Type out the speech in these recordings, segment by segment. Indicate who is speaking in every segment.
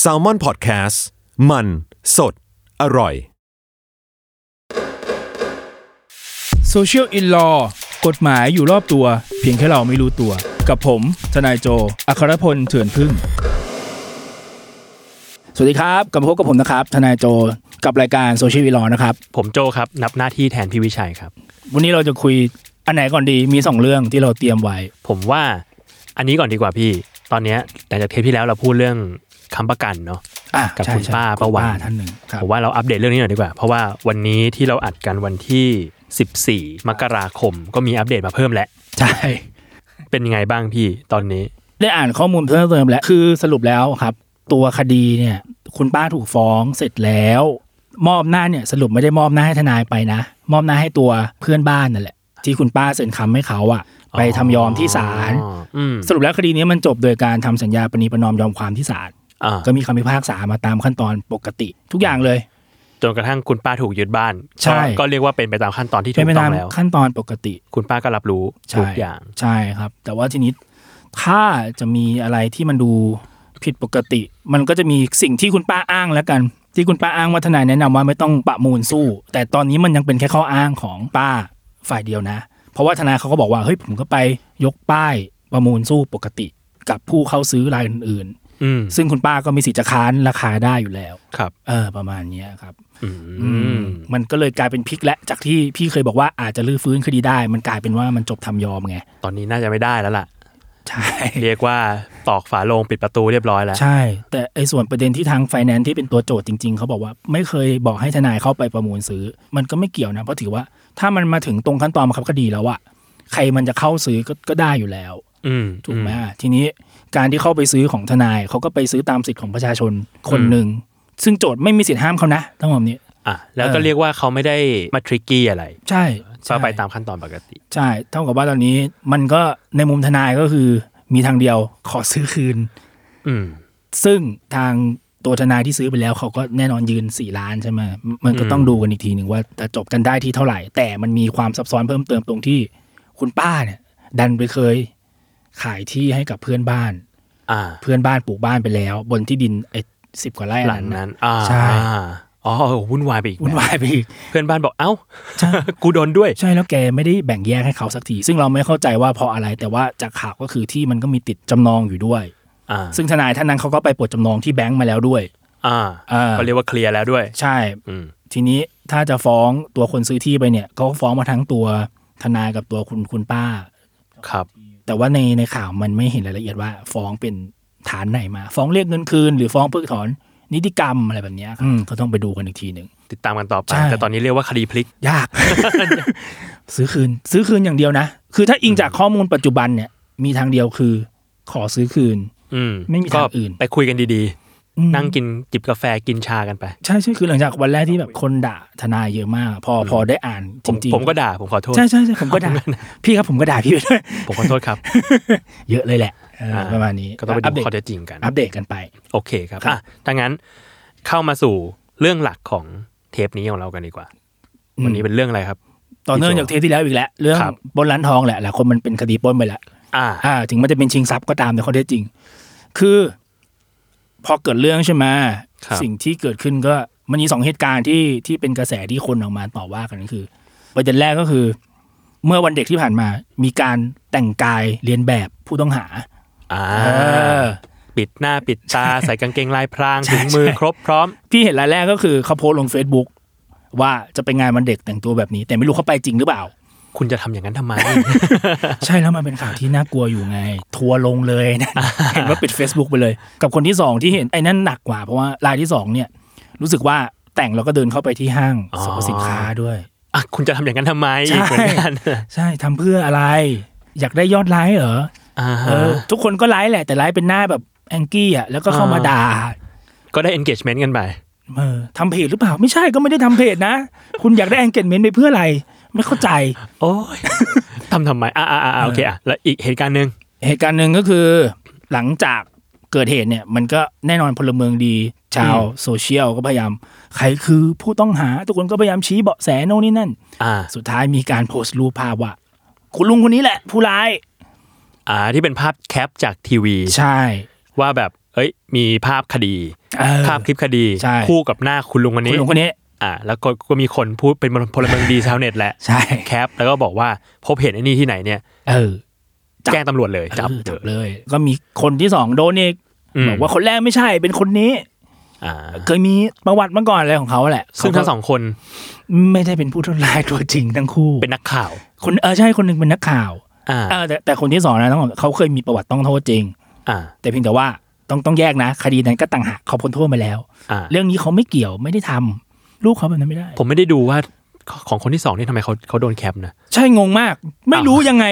Speaker 1: แซลมอนพอดแคสต์มันสดอร่อย
Speaker 2: Social in Law กฎหมายอยู่รอบตัว เพียงแค่เราไม่รู้ตัว กับผม ทนายโจ อัครพลเถื่อนพึ่ง สวัสดีครับ กลับมาพบกับผมนะครับ ทนายโจ กับรายการ Social in Law นะครับ
Speaker 3: ผมโจครับ นับหน้าที่แทนพี่วิชัยครับ
Speaker 2: วันนี้เราจะคุยอันไหนก่อนดี มี 2 เรื่องที่เราเตรียมไว้
Speaker 3: ผมว่าอันนี้ก่อนดีกว่าพี่ ตอนเนี้ยหลังจากเทปที่แล้วเราพูดเรื่องค้ำประกันเนาะ
Speaker 2: อ่ะ
Speaker 3: กับ
Speaker 2: ใช่
Speaker 3: คุณ
Speaker 2: ใช่
Speaker 3: ป้า
Speaker 2: คุณ
Speaker 3: ประวัติ
Speaker 2: ท่านหนึ่งครับ
Speaker 3: ผมว่าเราอัปเดตเรื่องนี้หน่อยดีกว่า เพราะว่าวันนี้ที่เราอัดกันวันที่ 14 มกราคม ก็มีอัปเดตมาเพิ่มแล้ว
Speaker 2: ใช่
Speaker 3: เป็นยังไงบ้างพี่ตอนนี้
Speaker 2: ได้อ่านข้อมูลเพิ่มเติมแล้ว คือสรุปแล้วครับ ตัวคดีเนี่ย คุณป้าถูกฟ้องเสร็จแล้ว มอบหน้าเนี่ยสรุปไม่ได้มอบหน้าให้ทนายไปนะ มอบหน้าให้ตัวเพื่อนบ้านนั่นแหละ ที่คุณป้าเซ็นคำให้เขาอะไปทำยอมที่ศาล
Speaker 3: อ๋ออืม
Speaker 2: สรุปแล้วคดีนี้มันจบโดยการทำสัญญาปณีประนอมยอมความที่ศาล
Speaker 3: อ่า
Speaker 2: ก็มีคำพิพากษามาตามขั้นตอนปกติ ทุกอย่างเลย
Speaker 3: จนกระทั่งคุณป้าถูกยึดบ้าน
Speaker 2: ใช่
Speaker 3: ก็ก็เรียกว่าเป็นไปตามขั้นตอนที่ถู
Speaker 2: เป็น
Speaker 3: ก
Speaker 2: ไป
Speaker 3: ต้อ
Speaker 2: ตาม
Speaker 3: งแล้ว
Speaker 2: ขั้นตอนปกติ
Speaker 3: คุณป้าก็รับรู้ทุกอย่าง
Speaker 2: ใช่ครับ แต่ว่าทีนี้ถ้าจะมีอะไรที่มันดูผิดปกติ มันก็จะมีสิ่งที่คุณป้าอ้างแล้วกัน ที่คุณป้าอ้างว่าทนายแนะนำว่าไม่ต้องประมูลสู้ แต่ตอนนี้มันยังเป็นแค่ข้ออ้างของป้าฝ่ายเดียวนะ เพราะว่าทนายเขาก็บอกว่าเฮ้ยผมก็ไปยกป้ายประมูลสู้ปกติ กับผู้เข้าซื้อรายอื่น
Speaker 3: อืม
Speaker 2: ๆ ซึ่งคุณป้าก็มีสิทธิ์จะค้านราคาได้อยู่แล้ว
Speaker 3: ครับ
Speaker 2: เออประมาณเนี้ยครับ
Speaker 3: อื
Speaker 2: อืม
Speaker 3: ม
Speaker 2: มันก็เลยกลายเป็นพลิกและจากที่พี่เคยบอกว่าอาจจะลื้อฟื้นคดีได้ มันกลายเป็นว่ามันจบทำยอมไง
Speaker 3: ตอนนี้น่าจะไม่ได้แล้วล่ะ
Speaker 2: ใช่
Speaker 3: เรียกว่าตอกฝาโลงปิดประตูเรียบร้อยแล้ว
Speaker 2: ใช่ แต่ไอ้ส่วนประเด็นที่ทางไฟแนนซ์ที่เป็นตัวโจทย์จริง ๆ เขาบอกว่าไม่เคยบอกให้ทนายเข้าไปประมูลซื้อ มันก็ไม่เกี่ยวนะ เพราะถือว่าถ้ามันมาถึงตรงขั้นตอนบังคับคดีแล้วอะใครมันจะเข้าซื้อก็ก็ได้อยู่แล้ว
Speaker 3: อืม
Speaker 2: ถูกไหมอะทีนี้การที่เข้าไปซื้อของทนายเขาก็ไปซื้อตามสิทธิ์ของประชาชนคนหนึ่ง ซึ่งโจทย์ไม่มีสิทธิ์ห้ามเขานะต้องบอกแบบนี้
Speaker 3: อ่ะแล้วก็
Speaker 2: เออ
Speaker 3: เรียกว่าเขาไม่ได้มาทริกกี้อะไร
Speaker 2: ใช่ใช่
Speaker 3: ก็ไปตามขั้นตอนปกติ
Speaker 2: ใช่ เท่ากับว่าตอนนี้มันก็ในมุมทนายก็คือมีทางเดียวขอซื้อคืน
Speaker 3: อืม
Speaker 2: ซึ่งทางตัวทนายที่ซื้อไปแล้วเขาก็แน่นอนยืน 4 ล้านใช่ไหมมมันก็
Speaker 3: อืม
Speaker 2: ต้องดูกันอีกทีหนึ่งว่าจะจบกันได้ที่เท่าไหร่ แต่มันมีความซับซ้อนเพิ่มเติมตรงที่ คุณป้าเนี่ย ดันไปเคยขายที่ให้กับเพื่อนบ้าน
Speaker 3: อ่า
Speaker 2: เพื่อนบ้านปลูกบ้านไปแล้ว บนที่ดินไอ้สิบกว่าไร่
Speaker 3: หลั
Speaker 2: อั
Speaker 3: ง
Speaker 2: นนั้
Speaker 3: นั้น น อ่า
Speaker 2: ใช่
Speaker 3: อ๋อวุ่นวายไปอีก
Speaker 2: วุ่นวายไปอีก
Speaker 3: เพื่อนบ้านบอกเอ้า
Speaker 2: ใช่
Speaker 3: กูโดนด้วย
Speaker 2: ใช่แล้วแกไม่ได้แบ่งแยกให้เขาสักที ซึ่งเราไม่เข้าใจว่าเพราะอะไร แต่ว่าจากข่าวก็คือที่มันก็มีติดจำนองอยู่ด้วย
Speaker 3: อ่า
Speaker 2: ซึ่งทนายท่านนั้นเขาก็ไปปลดจำนองที่แบงก์มาแล้วด้วย
Speaker 3: อ่า
Speaker 2: อ่า
Speaker 3: ก็เรียกว่าเคลียร์แล้วด้วย
Speaker 2: ใช่
Speaker 3: อืม
Speaker 2: ทีนี้ถ้าจะฟ้องตัวคนซื้อที่ไปเนี่ยก็ฟ้องมาทั้งตัวทนายกับตัวคุณคุณป้า
Speaker 3: ครับ
Speaker 2: แต่ว่าในในข่าวมันไม่เห็นรายละเอียดว่า ฟ้องเป็นฐานไหนมา ฟ้องเรียกเงินคืน หรือฟ้องเพิกถอนนิติกรรมอะไรแบบเนี้ยครับอืมก็ต้องไปดูกันอีกทีหนึ่ง
Speaker 3: ติดตามกันต่อไป
Speaker 2: ใช่
Speaker 3: แต่ตอนนี้เรียกว่าคดีพลิก
Speaker 2: ยาก ซื้อคืน ซื้อคืนอย่างเดียวนะ คือถ้าอิงจากข้อมูลปัจจุบันเนี่ยมีทางเดียวคือ ขอซื้อคืน
Speaker 3: อืม
Speaker 2: ไม่มีทาง
Speaker 3: ก็
Speaker 2: อื่น
Speaker 3: ไปคุยกันดี
Speaker 2: อืม
Speaker 3: ๆ นั่งกินจิบกาแฟกินชากันไป
Speaker 2: ใช่ใช่คือหลังจากวันแรกที่แบบคนด่าทนายเยอะมาก พอพอได้อ่าน
Speaker 3: ผ
Speaker 2: จ
Speaker 3: ม
Speaker 2: ริงๆ
Speaker 3: ผมก็ด่าผมขอโทษ
Speaker 2: ใช่ใช่ใช่ผมก็ด่าพี่ครับผมก็ด่าพี่ไปด้วย
Speaker 3: ผมขอโทษ ครับ
Speaker 2: เยอะเลยแหละเออ
Speaker 3: อ่า
Speaker 2: ประมาณนี้
Speaker 3: ก็ต้องไป
Speaker 2: อัปเด
Speaker 3: ดู
Speaker 2: ต
Speaker 3: ข้อเท็จจริงกัน
Speaker 2: อัปเดตกันไป
Speaker 3: โอเคครับ
Speaker 2: ครับ
Speaker 3: อ่ะถ้างั้นเข้ามาสู่เรื่องหลักของเทปนี้ของเรากันดีกว่า วันนี้เป็นเรื่องอะไรครับ
Speaker 2: ต่อเนื่อง
Speaker 3: พี่โจ
Speaker 2: จากเทปที่แล้วอีกแล้ว เรื่อง
Speaker 3: ครับ
Speaker 2: ปล้นร้านทองแหละหลายคนมันเป็นคดีปล้นไปแล้ว
Speaker 3: อ่า
Speaker 2: อ่า ถึงมันจะเป็นชิงทรัพย์ก็ตามแต่ข้อเท็จจริง คือ พอเกิดเรื่องใช่ไหม
Speaker 3: ครับ
Speaker 2: สิ่งที่เกิดขึ้นก็มันมีสองเหตุการณ์ที่ที่เป็นกระแสที่คนออกมาต่อว่ากันก็คือประเด็นแรกก็คือ เมื่อวันเด็กที่ผ่านมา มีการแต่งกายเรียนแบบผู้ต้องหา
Speaker 3: อ่า
Speaker 2: เออ
Speaker 3: ปิดหน้าปิดตา ใส่กางเกงลายพราง
Speaker 2: ใช่
Speaker 3: ถุงมือ
Speaker 2: ใช่
Speaker 3: ครบพร้อม
Speaker 2: ที่เห็นรายแรกก็คือเขาโพสต์ลง Facebook ว่าจะไปงานวันเด็กแต่งตัวแบบนี้ แต่ไม่รู้เขาไปจริงหรือเปล่า
Speaker 3: คุณจะทำอย่างนั้นทำไม
Speaker 2: ใช่แล้วมันเป็นข่าวที่น่ากลัวอยู่ไง ทัวร์ลงเลย นะ เห็นว่าปิด Facebook ไปเลย กับคนที่สองที่เห็นไอ้นั่นหนักกว่าเพราะว่ารายที่สองเนี่ย รู้สึกว่าแต่งแล้วก็เดินเข้าไปที่ห้าง
Speaker 3: อ๋อ
Speaker 2: สรรพสินค้าด้วย
Speaker 3: อ่ะคุณจะทำอย่างนั้นทำไม
Speaker 2: ใช่
Speaker 3: เหมือนกัน
Speaker 2: ใช่ทำเพื่ออะไร อยากได้ยอดไลค์เหรอ
Speaker 3: อ่า
Speaker 2: เออทุกคนก็ไลค์แหละ แต่ไลค์เป็นหน้าแบบแองกี้อ่ะแล้วก็เข้ามาด่า
Speaker 3: ก็ได้ engagement กันไป
Speaker 2: เออทำเพจหรือเปล่าไม่ใช่ก็ไม่ได้ทำเพจนะ คุณอยากได้แองเกจเมนต์ไปเพื่ออะไร ไม่เข้าใจ
Speaker 3: โอ้ย ทำทำไม อ่าอ่าอ่าโอเคอ่ะแล้วอีกเหตุการณ์หนึ่ง
Speaker 2: เหตุการณ์หนึ่งก็คือหลังจากเกิดเหตุเนี่ย มันก็แน่นอนพลเมืองดีชาวโซเชียลก็พยายาม ใครคือผู้ต้องหา ทุกคนก็พยายามชี้เบาะแสโน่นนี่นั่น
Speaker 3: อ่า
Speaker 2: สุดท้ายมีการโพสต์รูปภาพว่า คุณลุงคนนี้แหละ ผู้ร้าย
Speaker 3: อ่าที่เป็นภาพแคปจากทีวี
Speaker 2: ใช่
Speaker 3: ว่าแบบ เอ้ย มีภาพคดี
Speaker 2: เออ
Speaker 3: ภาพคลิปคดี
Speaker 2: ใช่
Speaker 3: คู่กับหน้าคุณลุงคน
Speaker 2: คุณ
Speaker 3: นี้
Speaker 2: ลุงคนนี้
Speaker 3: อ่า แล้วก็ก็มีคนพูดเป็นพลเมืองดีชาวเน็ตแหละ
Speaker 2: ใช่
Speaker 3: แคป แล้วก็บอกว่าพบเห็นไอ้นี่ที่ไหนเนี่ย
Speaker 2: เออ จับ
Speaker 3: แจ้งตำรวจเลย จับ
Speaker 2: เออจับ
Speaker 3: เลย
Speaker 2: เลย ก็มีคนที่สองโดนอีก
Speaker 3: อืม
Speaker 2: บอกว่าคนแรกไม่ใช่เป็นคนนี้
Speaker 3: อ่า
Speaker 2: เคยมีประวัติมาก่อนอะไรของเขาแหละ
Speaker 3: ซึ่ง
Speaker 2: เขาก็
Speaker 3: ทั้งสองคน
Speaker 2: ไม่ได้เป็นผู้ทำลายตัวจริงทั้งคู่
Speaker 3: เป็นนักข่าว
Speaker 2: คนเออใช่คนหนึ่งเป็นนักข่าว
Speaker 3: อ่า
Speaker 2: เออแต่แต่คนที่สองนะต้องบอกเขาเคยมีประวัติต้องโทษจริง
Speaker 3: อ่า
Speaker 2: แต่เพียงแต่ว่าต้องต้องแยกนะ คดีนั้นก็ต่างหากเขาพ้นโทษมาแล้ว
Speaker 3: อ่า
Speaker 2: เรื่องนี้เขาไม่เกี่ยวไม่ได้ทำลูกเขาแบบนั้นไม่ได้
Speaker 3: ผมไม่ได้ดูว่าของคนที่สองนี่ทำไมเขาเขาโดนแคปนะ
Speaker 2: ใช่งงมาก ไม่
Speaker 3: อ้าว
Speaker 2: รู้ยังไง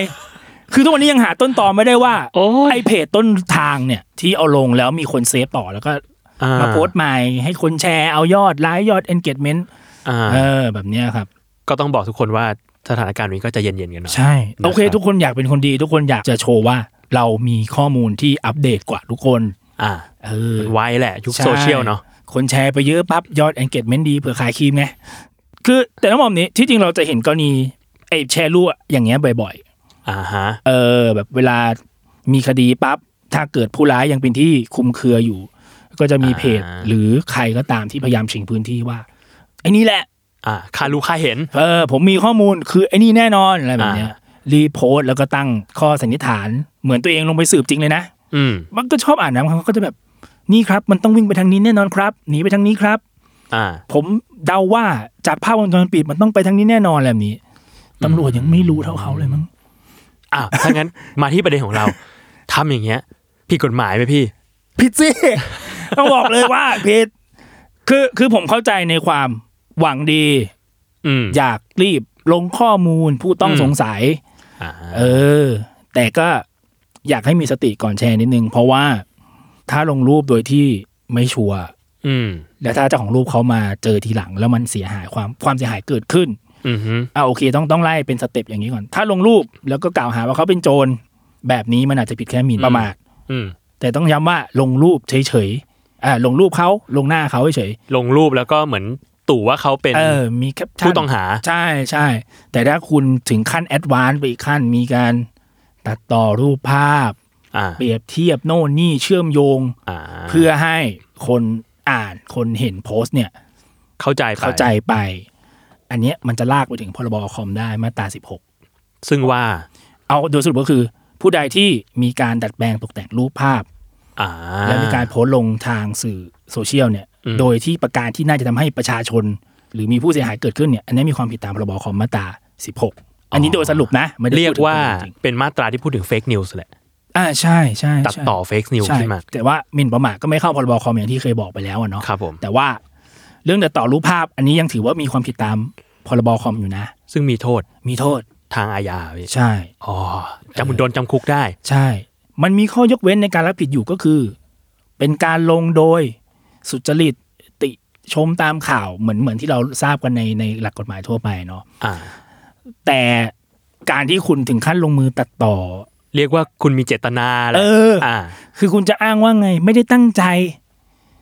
Speaker 2: คือทุกวันนี้ยังหาต้นตอไม่ได้ว่า
Speaker 3: โอ้ย
Speaker 2: ไอเพจต้นทางเนี่ย ที่เอาลงแล้วมีคนเซฟต่อแล้วก็
Speaker 3: อ่
Speaker 2: มาโพสต์ใหม่ให้คนแชร์เอายอดไลค์ยอด engagement
Speaker 3: อ่า
Speaker 2: เออแบบเนี้ยครับ
Speaker 3: ก็ต้องบอกทุกคนว่าสถานการณ์นี้ก็จะเย็นๆกันหน่อย
Speaker 2: ใช่ โอเค
Speaker 3: นะครับ
Speaker 2: ทุกคนอยากเป็นคนดี ทุกคนอยากจะโชว์ว่า เรามีข้อมูลที่อัปเดตกว่าทุกคน
Speaker 3: อ่า
Speaker 2: เออ
Speaker 3: ไว้แหละยุคโซเชียลเนาะ
Speaker 2: ใช่คนแชร์ไปเยอะปั๊บยอด engagement ดีเผื่อขายครีมไงคือแต่น้องบอมนี้ที่จริงเราจะเห็นกรณีไอ้แชร์รั่วอย่างเงี้ยบ่อย ๆ
Speaker 3: อ่าฮะ
Speaker 2: เออแบบเวลามีคดีปั๊บถ้าเกิดผู้ร้ายยังเป็นที่คุมเครืออยู่ ก็จะมีเพจ
Speaker 3: อ่า
Speaker 2: หรือใครก็ตามที่พยายามชิงพื้นที่ว่าไอ้นี่แหละ
Speaker 3: อ่าคารู้ค่าเห็น
Speaker 2: เออผมมีข้อมูลคือไอ้นี่แน่นอนอะไรแบบเนี้ย
Speaker 3: อ่
Speaker 2: รีโพสต์แล้วก็ตั้งข้อสันนิษฐาน เหมือนตัวเองลงไปสืบจริงเลยนะ
Speaker 3: อืม
Speaker 2: มันก็ชอบอ่านนะเขาก็จะแบบนี่ครับ มันต้องวิ่งไปทางนี้แน่นอนครับหนีไปทางนี้ครับ
Speaker 3: อ่า
Speaker 2: ผมเดาว่าจากภาพวงจรปิดมันต้องไปทางนี้แน่นอนอะไรแบบนี้ตำรวจยังไม่รู้เท่าเขาเลยมั้ง
Speaker 3: อ่าถ้างั้น มาที่ประเด็นของเราทำอย่างเงี้ยผิดกฎหมายไหมพี่
Speaker 2: ผิดสิ ต้องบอกเลยว่าผิด คือคือผมเข้าใจในความหวังดี
Speaker 3: อืม
Speaker 2: อยากรีบลงข้อมูลผู้ต้อง
Speaker 3: อืม
Speaker 2: สงสัย
Speaker 3: อ่า
Speaker 2: เออ แต่ก็อยากให้มีสติก่อนแชร์นิดนึง เพราะว่าถ้าลงรูปโดยที่ไม่ชัวร์
Speaker 3: อืม
Speaker 2: และถ้าเจ้าของรูปเขามาเจอทีหลัง แล้วมันเสียหายความความเสียหายเกิดขึ้น
Speaker 3: อืมฮึ
Speaker 2: อ่ะโอเคต้องต้องไล่เป็นสเต็ปอย่างนี้ก่อน ถ้าลงรูปแล้วก็กล่าวหาว่าเขาเป็นโจรแบบนี้มันอาจจะผิดแค่หมิ่นประมาท
Speaker 3: อืม
Speaker 2: แต่ต้องย้ำว่าลงรูปเฉยๆอ่าลงรูปเขาลงหน้าเขาเฉย
Speaker 3: ลงรูปแล้วก็เหมือนตู่ว่าเขาเป็น
Speaker 2: ๆเออ มีแคปชั่น
Speaker 3: ผู้ต้องหา
Speaker 2: ใช่ใช่ แต่ถ้าคุณถึงขั้นแอดวานซ์ไปอีกขั้น มีการตัดต่อรูปภาพ
Speaker 3: อ่า
Speaker 2: เปรียบเทียบโน่นนี่เชื่อมโยง
Speaker 3: อ่า
Speaker 2: เพื่อให้คนอ่านคนเห็นโพสต์เนี่ย
Speaker 3: เข้าใจไป
Speaker 2: เข้าใจไป อันเนี้ยมันจะลากไปถึงพรบคอมได้มาตรา 16
Speaker 3: ซึ่งว่า
Speaker 2: เอาโดยสรุปก็คือ ผู้ใดที่มีการดัดแปลงตกแต่งรูปภาพ
Speaker 3: อ่า
Speaker 2: และมีการโพสต์ลงทางสื่อโซเชียลเนี่ย
Speaker 3: อืม
Speaker 2: โดยที่ประการที่น่าจะทำให้ประชาชน หรือมีผู้เสียหายเกิดขึ้นเนี่ย อันนี้มีความผิดตามพรบคอมมาตรา 16 อันนี้โดยสรุปนะ ไม่ได้
Speaker 3: เรียก
Speaker 2: พูดถึง
Speaker 3: ว่า
Speaker 2: จริง
Speaker 3: เป็นมาตราที่พูดถึงเฟกนิวส์แหละ
Speaker 2: ๆอ่าใช่ใช่
Speaker 3: ตัด
Speaker 2: ใช่
Speaker 3: ต่อเฟกนิวส์
Speaker 2: ใช่
Speaker 3: ขึ้นมา
Speaker 2: แต่ว่าหมิ่นประมาทก็ไม่เข้าพรบคอมอย่างที่เคยบอกไปแล้วอะเนาะ
Speaker 3: ครับผม
Speaker 2: แต่ว่าเรื่องตัดต่อรูปภาพ อันนี้ยังถือว่ามีความผิดตามพรบคอมอยู่นะ
Speaker 3: ซึ่งมีโทษ
Speaker 2: มีโทษ
Speaker 3: ทางอาญาพี่
Speaker 2: ใช่
Speaker 3: อ๋อจำคุณโดนจำคุกได้
Speaker 2: ใช่ มันมีข้อยกเว้นในการรับผิดอยู่ก็คือ เป็นการลงโดยสุจริตติชมตามข่าวเหมือนเหมือนที่เราทราบกันในในหลักกฎหมายทั่วไปเนาะ
Speaker 3: อ่า
Speaker 2: แต่การที่คุณถึงขั้นลงมือตัดต่อ
Speaker 3: เรียกว่าคุณมีเจตนาแห
Speaker 2: เอ
Speaker 3: ละ
Speaker 2: อ
Speaker 3: อ่า
Speaker 2: คือคุณจะอ้างว่าไง ไม่ได้ตั้งใจ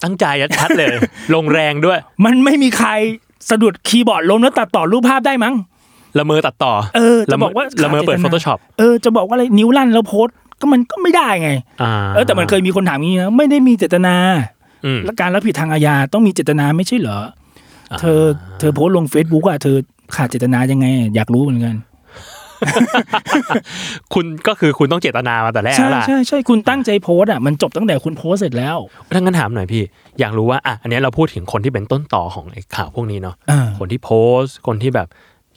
Speaker 3: ตั้งใจชัดๆเลย ลงแรงด้วย
Speaker 2: มันไม่มีใครสะดุดคีย์บอร์ดล้มแล้วตัดต่อรูปภาพได้มั้ง
Speaker 3: ละเมอตัดต่อ
Speaker 2: เออจะบอกว่า
Speaker 3: ละเมอเปิด
Speaker 2: ขาจตนา
Speaker 3: Photoshop
Speaker 2: เออ จะบอกว่าอะไรนิ้วลั่นแล้วโพสต์ก็มันก็ไม่ได้ไง
Speaker 3: อ่า
Speaker 2: เออแต่มันเคยมีคนถามอย่างนี้นะไม่ได้มีเจตนา
Speaker 3: อืม
Speaker 2: และการรับผิดทางอาญาต้องมีเจตนาไม่ใช่เหรอ เธอเธอโพสต์ลง Facebook อ่ะเธอขาดเจตนายังไงอะอยากรู้เหมือนกัน
Speaker 3: คุณก็คือคุณต้องเจตนามาแต่แรก
Speaker 2: ใช่
Speaker 3: แล้วล่ะ
Speaker 2: ใช่ใช่คุณตั้งใจโพสต์อ่ะมันจบตั้งแต่คุณโพสต์เสร็จแล้ว
Speaker 3: ถ้างั้นถามหน่อยพี่ อยากรู้ว่าอ่ะอันเนี้ยเราพูดถึงคนที่เป็นต้นต่อของไอ้ข่าวพวกนี้เนาะ
Speaker 2: อ่า
Speaker 3: คนที่โพสต์ คนที่แบบ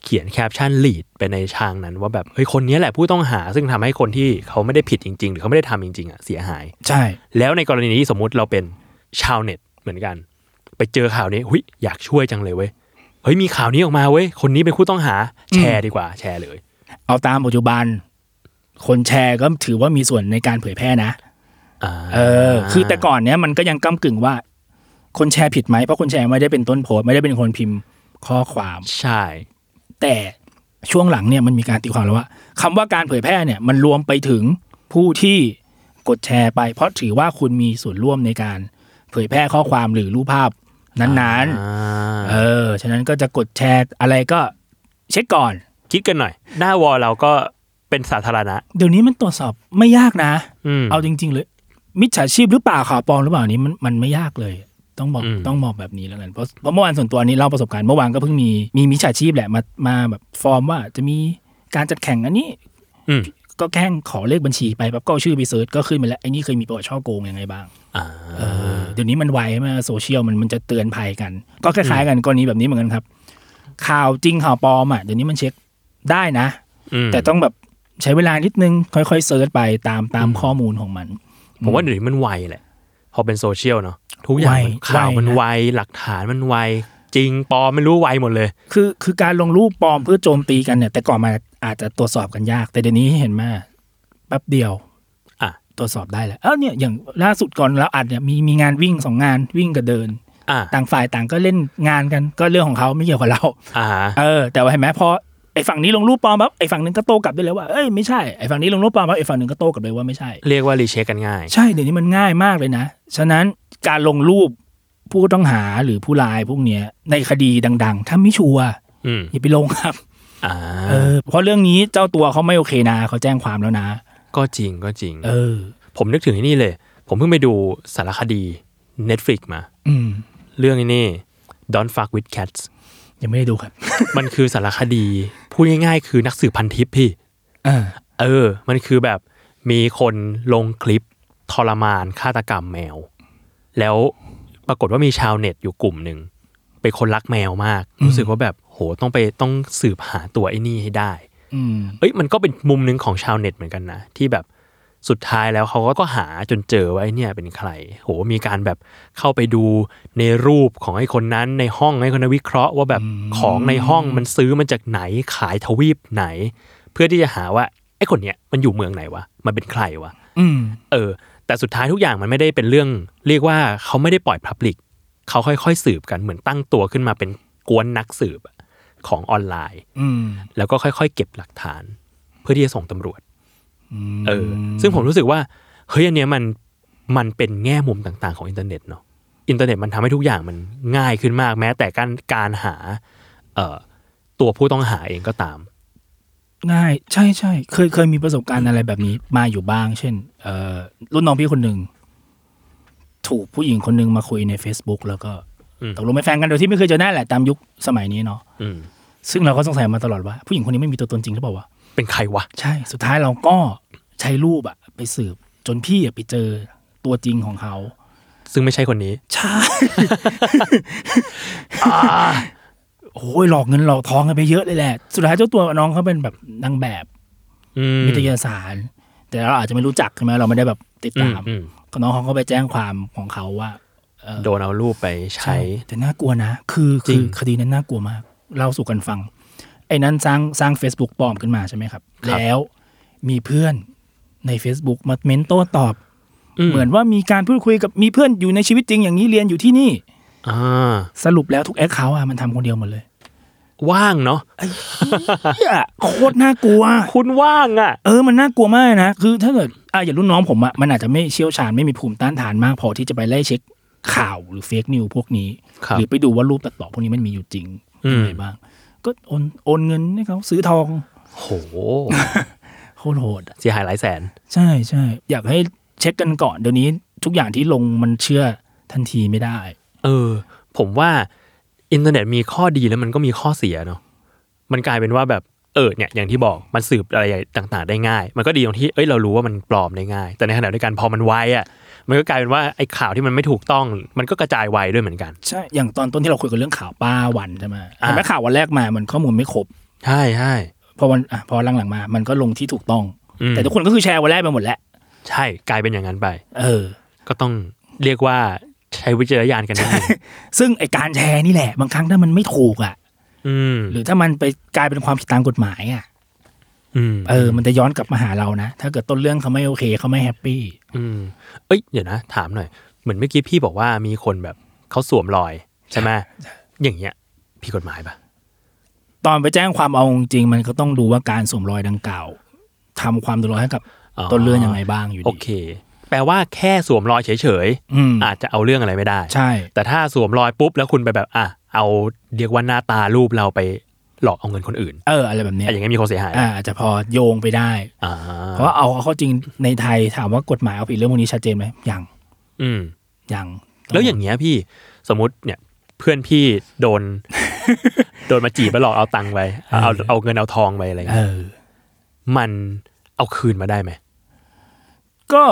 Speaker 3: เขียนแคปชั่นลีดไปในทางนั้น ว่าแบบเฮ้ยคนเนี้ยแหละผู้ต้องหา ซึ่งทำให้คนที่เขาไม่ได้ผิดจริง ๆ หรือเขาไม่ได้ทำจริงๆอ่ะเสียหาย
Speaker 2: ใช่
Speaker 3: แล้วในกรณีนี้สมมุติเราเป็นชาวเน็ตเหมือนกัน ไปเจอข่าวนี้หุยอยากช่วยจังเลยเว้ยเฮ้ยมีข่าวนี้ออกมาเว้ยคนนี้เป็นผู้ต้องหาแชร์ดีกว่า แชร์เลย
Speaker 2: เอาตามปัจจุบัน คนแชร์ก็ถือว่ามีส่วนในการเผยแพร่นะ
Speaker 3: อ่า
Speaker 2: เออ คือแต่ก่อนเนี้ยมันก็ยังก้ากึ่งว่า คนแชร์ผิดไหมเพราะคนแชร์ไม่ได้เป็นต้นโพสต์ไม่ได้เป็นคนพิมพ์ข้อความ
Speaker 3: ใช่
Speaker 2: แต่ช่วงหลังเนี่ยมันมีการตีความแล้วว่าคำว่าการเผยแพร่เนี่ยมันรวมไปถึงผู้ที่กดแชร์ไป เพราะถือว่าคุณมีส่วนร่วมในการเผยแพร่ข้อความหรือรูปภาพนั้นๆ
Speaker 3: อ่า
Speaker 2: เออ ฉะนั้นก็จะกดแชร์อะไรก็เช็คก่อน
Speaker 3: คิดกันหน่อย หน้าวอลเราก็เป็นสาธารณะ
Speaker 2: เดี๋ยวนี้มันตรวจสอบไม่ยากนะ
Speaker 3: อืม
Speaker 2: เอาจริง ๆ เลย มิจฉาชีพหรือเปล่าข่าวปลอมหรือเปล่าอันนี้มันมันไม่ยากเลย ต้องบอก
Speaker 3: อืม
Speaker 2: ต้องบอกแบบนี้แล้วกันเพราะเพราะเมื่อวานส่วนตัวนี้เล่าประสบการณ์เมื่อวานก็เพิ่งมีมีมิจฉาชีพแหละมามาแบบฟอร์มว่าจะมีการจัดแข่งอันนี้
Speaker 3: อืม
Speaker 2: ก็แค่ขอเลขบัญชีไปปั๊บก็เอาชื่อไปเซิร์ชก็ขึ้นมาแล้วไอ้นี่เคยมีประวัติช่อโกงยังไงบ้าง
Speaker 3: อ่า
Speaker 2: เออเดี๋ยวนี้มันไวมากโซเชียลมันมันจะเตือนภัยกัน ก็คล้ายๆกันกรณีแบบนี้เหมือนกันครับ ข่าวจริงข่าวปลอมอ่ะเดี๋ยวนี้มันเช็คได้นะ
Speaker 3: ม
Speaker 2: แต่ต้องแบบใช้เวลานิดนึง ค่อยๆเซิร์ชไปตามตามข้อมูลของมัน
Speaker 3: ผมว่าเดี๋ยวนี้มันไวแหละ พอเป็นโซเชียลเนาะทุกอย่างมัน
Speaker 2: ไว
Speaker 3: ข่าวมัน
Speaker 2: ไวนะ
Speaker 3: ไวหลักฐานมันไว จริงปลอมไม่รู้ไวหมดเลย
Speaker 2: คือคือการลงรูปปลอมเพื่อโจมตีกันเนี่ย แต่ก่อนมาอาจจะตรวจสอบกันยาก แต่เดี๋ยวนี้เห็นมาแป๊บเดียว
Speaker 3: อ่ะ
Speaker 2: ตรวจสอบได้แล้วเอ้าเนี่ยอย่างล่าสุดก่อนเราอัดเนี่ยมีมีงานวิ่งสองงานวิ่งกับเดิน
Speaker 3: อ่า
Speaker 2: ต่างฝ่ายต่างก็เล่นงานกันก็เรื่องของเขาไม่เกี่ยวกับเรา
Speaker 3: อ่าฮะ
Speaker 2: เออ แต่ว่าเห็นไหมพอไอ้ฝั่งนี้ลงรูปปลอมปั๊บไอ้ฝั่งนึงก็โต้กลับได้เลยว่าเอ้ยไม่ใช่ไอ้ฝั่งนี้ลงรูปปลอมปั๊บไอ้ฝั่งนึงก็โต้กลับเลยว่าไม่ใช่
Speaker 3: เรียกว่ารีเช็คกันง่าย
Speaker 2: ใช่เดี๋ยวนี้มันง่ายมากเลยนะ ฉะนั้นการลงรูปผู้ต้องหาหรือผู้ลายพวกเนี้ยในคดีดัง ๆ ถ้าไม่ชัวร์
Speaker 3: อืม
Speaker 2: อย่าไปลงครับ
Speaker 3: อ่า
Speaker 2: เออเพราะเรื่องนี้เจ้าตัวเขาไม่โอเคนะเขาแจ้งความแล้วนะ
Speaker 3: ก็จริงก็จริง
Speaker 2: เออ
Speaker 3: ผมนึกถึงไอ้นี่เลย ผมเพิ่งไปดูสารคดี Netflix มา
Speaker 2: อืม
Speaker 3: เรื่องไอ้นี่ Don't fuck with cats
Speaker 2: ยังไม่ได้ดูครับ
Speaker 3: มันคือสารคดี พูดง่ายๆ คือนักสืบพันทิปพี่
Speaker 2: เออ
Speaker 3: เออ มันคือแบบมีคนลงคลิปทรมานฆาตกรรมแมว แล้วปรากฏว่ามีชาวเน็ตอยู่กลุ่มหนึ่ง เป็นคนรักแมวมาก รู้สึกว่าแบบโหต้องไปต้องสืบหาตัวไอ้นี่ให้ได้
Speaker 2: อืม
Speaker 3: เอ้ยมันก็เป็นมุมหนึ่งของชาวเน็ตเหมือนกันนะ ที่แบบสุดท้ายแล้วเขาก็ก็หาจนเจอว่าไอ้เนี่ยเป็นใคร โหมีการแบบเข้าไปดูในรูปของไอ้คนนั้นในห้องไอ้คนนั้นวิเคราะห์ว่าแบบของในห้องมันซื้อมันจากไหนขายทวีปไหน เพื่อที่จะหาว่าไอ้คนเนี้ยมันอยู่เมืองไหนวะมันเป็นใครวะ
Speaker 2: อืม
Speaker 3: เออ แต่สุดท้ายทุกอย่างมันไม่ได้เป็นเรื่อง เรียกว่าเขาไม่ได้ปล่อยพับลิกเขาค่อยๆสืบกันเหมือนตั้งตัวขึ้นมาเป็นกวนนักสืบของออนไลน์
Speaker 2: อืม
Speaker 3: แล้วก็ค่อยๆ เก็บหลักฐาน เพื่อที่จะส่งตำรวจ เออ ซึ่งผมรู้สึกว่า เฮ้ย อันเนี้ยมันมันเป็นแง่มุมต่างๆ ของอินเทอร์เน็ตเนาะ อินเทอร์เน็ตมันทำให้ทุกอย่างมันง่ายขึ้นมากแม้แต่การการหา เอ่อ ตัวผู้ต้องหาเองก็ตาม
Speaker 2: ง่าย ใช่ใช่เคยเคยมีประสบการณ์อะไรแบบนี้มาอยู่บ้าง เช่น เออรุ่นน้องพี่คนหนึ่งถูกผู้หญิงคนหนึ่งมาคุยใน Facebook แล้วก็
Speaker 3: อืม
Speaker 2: ตกลงเป็นแฟนกันโดยที่ไม่เคยเจอหน้าแหละตามยุคสมัยนี้เนาะ
Speaker 3: อืม
Speaker 2: ซึ่งเราก็สงสัยมาตลอดว่าผู้หญิงคนนี้ไม่มีตัวตนจริงหรือเปล่าวะ
Speaker 3: เป็นใครวะ
Speaker 2: ใช่ สุดท้ายเราก็ใช้รูปอะไปสืบ จนพี่อะไปเจอตัวจริงของเขา
Speaker 3: ซึ่งไม่ใช่คนนี้
Speaker 2: ใช่ โอ้ยหลอกเงินหลอกทองกันไปเยอะเลยแหละ สุดท้ายเจ้าตัวน้องเขาเป็นแบบนางแบบ
Speaker 3: อืม
Speaker 2: นิตยสาร แต่เราอาจจะไม่รู้จักใช่ไหมเราไม่ได้แบบติด
Speaker 3: อื
Speaker 2: ตาม ม
Speaker 3: อืม
Speaker 2: ก็น้องเขาก็ไปแจ้งความของเขาว่าเอ่อ
Speaker 3: โดนเอารูปไปใช้
Speaker 2: แต่น่ากลัวนะ คือ
Speaker 3: จริ
Speaker 2: คื
Speaker 3: ง
Speaker 2: อคดีนั้นน่ากลัวมาก เล่าสู่กันฟัง ไอ้นั้นสร้างสร้าง Facebook ปลอมขึ้นมาใช่ไหมครับ แล้วมีเพื่อนใน Facebook มาเม้นโต้ตอบ เหมือนว่ามีการพูดคุยกับมีเพื่อนอยู่ในชีวิตจริงอย่างนี้เรียนอยู่ที่นี่
Speaker 3: อ่า
Speaker 2: สรุปแล้วทุกแอคเคาท์อะมันทำคนเดียวหมดเลย
Speaker 3: ว่างเนาะ
Speaker 2: เหี้ยโคตรน่ากลัว
Speaker 3: คุณว่างอ่ะ
Speaker 2: เออมันน่ากลัวมากนะ คือถ้าเกิดอ่ะอย่างรุ่นน้องผมอะมันอาจจะไม่เชี่ยวชาญไม่มีภูมิต้านทานมากพอที่จะไปไล่เช็คข่าวหรือเฟกนิวพวกนี้
Speaker 3: ครับ
Speaker 2: หรือไปดูว่ารูปตัดต่อพวกนี้มันมีอยู่จริง
Speaker 3: อืม
Speaker 2: อะไรบ้าง ก็โอนโอนเงินให้เขาซื้อทอง
Speaker 3: โห
Speaker 2: โคตรโหดอะ
Speaker 3: เสียหายหลายแสน
Speaker 2: ใช่ใช่อยากให้เช็คกันก่อนเดี๋ยวนี้ทุกอย่างที่ลงมันเชื่อทันทีไม่ได้
Speaker 3: เออ ผมว่าอินเทอร์เน็ตมีข้อดีแล้วมันก็มีข้อเสียเนาะมันกลายเป็นว่าแบบเออเนี่ยอย่างที่บอกมันสืบอะไรต่างๆ ได้ง่าย มันก็ดีตรงที่เอ้ยเรารู้ว่ามันปลอมได้ง่าย แต่ในขณะเดียวกันพอมันไวอะ่ะมันก็กลายเป็นว่าไอ้ข่าวที่มันไม่ถูกต้องมันก็กระจายไวด้วยเหมือนกัน
Speaker 2: ใช่ อย่างตอนต้นที่เราคุยกันเรื่องข่าวป้าวันใช่ไหม
Speaker 3: อ่า
Speaker 2: เห็นไหมข่าววันแรกมามันข้อมูลไม่ครบ
Speaker 3: ใช่ใช่
Speaker 2: พอวันอ่ะพอหลังๆมา มันก็ลงที่ถูกต้อง
Speaker 3: อืม
Speaker 2: แต่ทุกคนก็คือแชร์วันแรกไปหมดแล้ว
Speaker 3: ใช่กลายเป็นอย่างนั้นไป
Speaker 2: เออ
Speaker 3: ก็ต้องเรียกว่าใช้วิจารณญาณกันนิดนึง
Speaker 2: ซึ่งไอการแชร์นี่แหละ บางครั้งถ้ามันไม่ถูกอ่ะ
Speaker 3: อืม
Speaker 2: หรือถ้ามันไปกลายเป็นความผิดตามกฎหมายอ่ะ
Speaker 3: อืม
Speaker 2: เออ มันจะย้อนกลับมาหาเรานะ ถ้าเกิดต้นเรื่องเขาไม่โอเคเขาไม่แฮปปี้
Speaker 3: อืมเอ้ยเดี๋ยวนะ ถามหน่อยเหมือนเมื่อกี้พี่บอกว่ามีคนแบบเขาสวมรอย ใช่ไหมอย่างเงี้ยผิดกฎหมายปะ
Speaker 2: ตอนไปแจ้งความเอาจริงๆมันก็ต้องดูว่าการสวมรอยดังกล่าวทำความเดือดร้อนให้กับต้นเรื่องยังไงบ้างอยู่
Speaker 3: โอ
Speaker 2: ดี
Speaker 3: เค แปลว่าแค่สวมรอยเฉย
Speaker 2: อืม
Speaker 3: ๆ อาจจะเอาเรื่องอะไรไม่ได้
Speaker 2: ใช่
Speaker 3: แต่ถ้าสวมรอยปุ๊บแล้วคุณไปแบบอ่ะเอาเรียกว่าหน้าตารูปเราไป หลอกเอาเงินคนอื่น
Speaker 2: เอออะไรแบบเนี้ย
Speaker 3: อ่ะอย่างเงี้ยมีคนเสียหาย
Speaker 2: อ่าอาจจะพอโยงไปได้
Speaker 3: อ่า
Speaker 2: เพราะว่าเอาเข้าจริงในไทยถามว่ากฎหมายเอาผิดเรื่องพวกนี้ชัดเจนไหมยัง
Speaker 3: อืม
Speaker 2: ยัง
Speaker 3: แล้วอย่างเงี้ยพี่สมมติเนี่ยเพื่อนพี่โด น โดนมาจีบแล้วหลอกเอาตังค์ไปเอาเอาเอาเงินเอาทองไปอะไร
Speaker 2: เอ
Speaker 3: เงี้ย
Speaker 2: อ
Speaker 3: มันเอาคืนมาได้ไหม
Speaker 2: ก็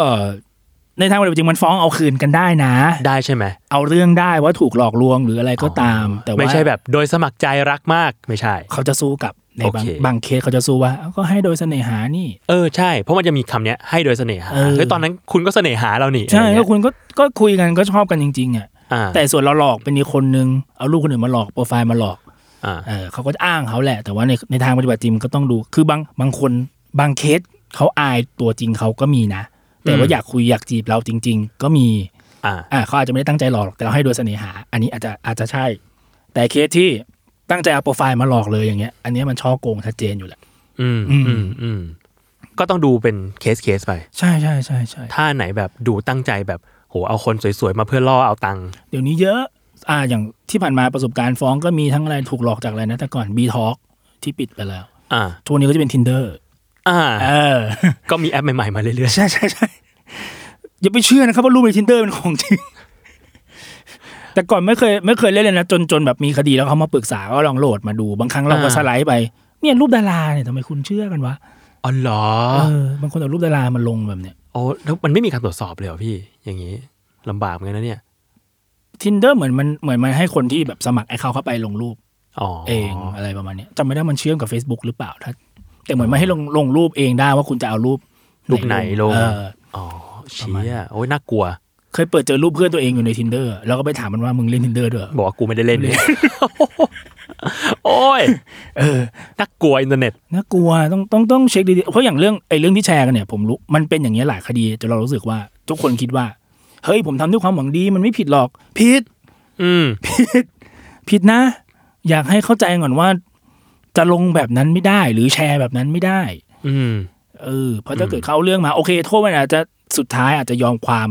Speaker 2: ในทางปฏิบัติจริงมันฟ้องเอาคืนกันได้นะ
Speaker 3: ได้ใช่ไหม
Speaker 2: เอาเรื่องได้ว่าถูกหลอกลวงหรืออะไรก็ตาม แต่ว่า
Speaker 3: ไม่ใช่แบบโดยสมัครใจรักมากไม่ใช่
Speaker 2: เขาจะสู้กับในบาง
Speaker 3: โอเค
Speaker 2: บางเคสเขาจะสู้ว่าเอาก็ให้โดยเสน่หานี่
Speaker 3: เออใช่เพราะมันจะมีคำเนี้ยให้โดยเสน่หา
Speaker 2: เออ
Speaker 3: เฮ้ยตอนนั้นคุณก็เสน่หาเรานี่
Speaker 2: ใช่
Speaker 3: อะไร
Speaker 2: ก็
Speaker 3: เงี้ย
Speaker 2: คุณก็ก็คุยกันก็ชอบกันจริงๆอ่ะ
Speaker 3: อ่า
Speaker 2: แต่ส่วนเราหลอกเป็นอีกคนนึงเอาลูกคนอื่นมาหลอกโปรไฟล์มาหลอก
Speaker 3: อ่า
Speaker 2: เออเขาก็จะอ้างเขาแหละ แต่ว่าในในทางปฏิบัติจริงมันก็ต้องดู คือบางบางคนบางเคสเขาอายตัวจริงเขาก็มีนะ แต่ว่าอยากคุยอยากจีบเราจริง ๆ ก็มี
Speaker 3: อ่า
Speaker 2: อ่าเขาอาจจะไม่ได้ตั้งใจหลอกหรอกแต่เราให้โดยเสน่หา อันนี้อาจจะอาจจะใช่ แต่เคสที่ตั้งใจเอาโปรไฟล์มาหลอกเลยอย่างเงี้ย อันเนี้ยมันช่อโกงชัดเจนอยู่แหละ
Speaker 3: อืม
Speaker 2: อืม
Speaker 3: อืมอืมก็ต้องดูเป็นเคสเคสไป
Speaker 2: ใช่ใช่ใช่ใช่
Speaker 3: ถ้าไหนแบบดูตั้งใจแบบโหเอาคนสวยๆมาเพื่อล่อเอาตังค์
Speaker 2: เดี๋ยวนี้เยอะอ่าอย่างที่ผ่านมาประสบการณ์ฟ้องก็มีทั้งอะไรถูกหลอกจากอะไรนะแต่ก่อน B Talk ที่ปิดไปแล้ว
Speaker 3: อ่า
Speaker 2: ทุกวันนี้ก็จะเป็น Tinder
Speaker 3: อ่า
Speaker 2: เออ
Speaker 3: ก็มีแอปใหม่ๆมาเรื่อย
Speaker 2: ใช่ใช่ใช่อย่าไปเชื่อนะครับว่ารูปใน Tinder เป็นของจริง แต่ก่อนไม่เคยไม่เคยเล่นเลยนะจนจนแบบมีคดีแล้วเขามาปรึกษาก็ลองโหลดมาดูบางครั้งเราก็สไลด์ไปเนี่ยรูปดาราเนี่ยทำไมคุณเชื่อกันวะ
Speaker 3: ๆอ๋อเหรอ
Speaker 2: เออบางคนเอารูปดารามาลงแบบเนี้ย
Speaker 3: โอ้แล้วมันไม่มีการตรวจสอบเลยเหรอพี่ อย่างนี้ลำบากเหมือนกันนะเนี่ย
Speaker 2: tinder เหมือนมันเหมือนมันให้คนที่แบบสมัครไอ้เขาเข้าไปลงรูป
Speaker 3: อ๋อ
Speaker 2: เองอะไรประมาณเนี้ยจำไม่ได้มันเชื่อมกับ Facebook หรือเปล่าถ้าแต่เหมือนมันให้ลงลงรูปเองได้ว่าคุณจะเอารูป
Speaker 3: รูปไหนลง
Speaker 2: เออ
Speaker 3: อ๋อ
Speaker 2: ประมาณ
Speaker 3: เชี่ยโอ้ยน่ากลัว
Speaker 2: เคยเปิดเจอรูปเพื่อนตัวเองอยู่ใน tinder แล้วก็ไปถามมันว่ามึงเล่น tinder ด้วยเหรอ
Speaker 3: บอกว่ากูไม่ได้เล่นเนี่ยโอ้ย
Speaker 2: เออ
Speaker 3: น่ากลัวอินเทอร์เน็ต
Speaker 2: น่ากลัวต้องต้องต้องเช็คดีๆเพราะอย่างเรื่องไอ้เรื่องที่แชร์กันเนี่ยผมรู้มันเป็นอย่างเงี้ยหลายคดีจนเรารู้สึกว่า ทุกคนคิดว่าเฮ้ยผมทำด้วยความหวังดีมันไม่ผิดหรอกผิด
Speaker 3: อืม
Speaker 2: ผิดนะ อยากให้เข้าใจก่อนว่า จะลงแบบนั้นไม่ได้ หรือแชร์แบบนั้นไม่ได้
Speaker 3: อืม
Speaker 2: เออเพราะถ้าเกิดเขาเอาเรื่องมาโอเค โทษมันอาจจะสุดท้ายอาจจะยอมความ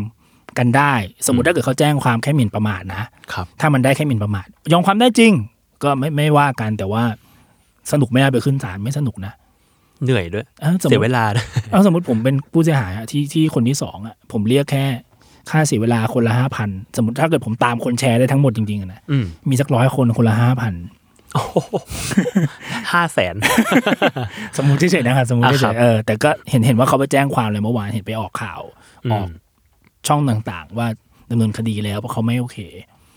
Speaker 2: กันได้ สมมติถ้าเกิดเขาแจ้งความแค่หมิ่นประมาทนะครับ ถ้ามันได้แค่หมิ่นประมาทยอมความได้จริง ก็ไม่ไม่ว่ากันแต่ว่าสนุกไม่ได้ไปขึ้นศาลไม่สนุกนะ
Speaker 3: เหนื่อยด้วย
Speaker 2: เออสมม
Speaker 3: เสีย
Speaker 2: ติ
Speaker 3: เวลาด้วย
Speaker 2: เอาสมมติผมเป็นผู้เสียหายอะที่ที่คนที่สองอะผมเรียกแค่ค่าเสียเวลาคนละห้าพันสมมติถ้าเกิดผมตามคนแชร์ได้ทั้งหมดจริงๆอะนะ
Speaker 3: อืม
Speaker 2: มีสักร้อยคนคนละห้าพัน
Speaker 3: โอ้โหห้าแสน
Speaker 2: สมมติเฉยๆนะครับสมมติ
Speaker 3: อ่ะค
Speaker 2: เฉ
Speaker 3: รับ
Speaker 2: ยๆเออแต่ก็เห็นเห็นว่าเขาไปแจ้งความเลยเมื่อวานเห็นไปออกข่าวออกช่องต่างๆ ว่าดำเนินคดีแล้วเพราะเขาไม่โอเค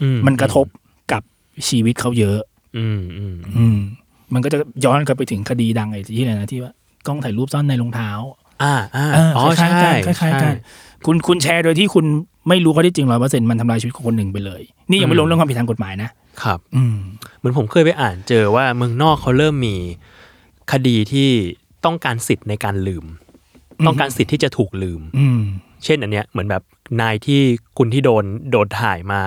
Speaker 3: อื
Speaker 2: มันกระทบกับชีวิตเขาเยอะ
Speaker 3: อืมอืม
Speaker 2: อืม มันก็จะย้อนกลับไปถึงคดีดังไอ้ที่อะไรนะที่ว่ากล้องถ่ายรูปซ่อนในรองเท้า
Speaker 3: อ่าอ่า
Speaker 2: เออ
Speaker 3: อ๋อ
Speaker 2: คล้า
Speaker 3: ใช่
Speaker 2: ยๆกันคล้ายๆกั
Speaker 3: ใช่
Speaker 2: นคุณคุณแชร์โดยที่คุณไม่รู้ข้อเที่จริงร้อยเปอร์เซ็นต์มันทำลายชีวิตของคนหนึ่งไปเลย นี่ยังไม่
Speaker 3: อืม
Speaker 2: รวมเรื่องความผิดทางกฎหมายนะครับ อืม
Speaker 3: เหมือนผมเคยไปอ่านเจอว่าเมืองนอกเขาเริ่มมีคดีที่ต้องการสิทธิ์ในการลืม
Speaker 2: อืม
Speaker 3: ต้องการสิทธิ์ที่จะถูกลืม
Speaker 2: อืม
Speaker 3: เช่นอันเนี้ยเหมือนแบบนายที่คุณที่โดนโดนถ่ายมา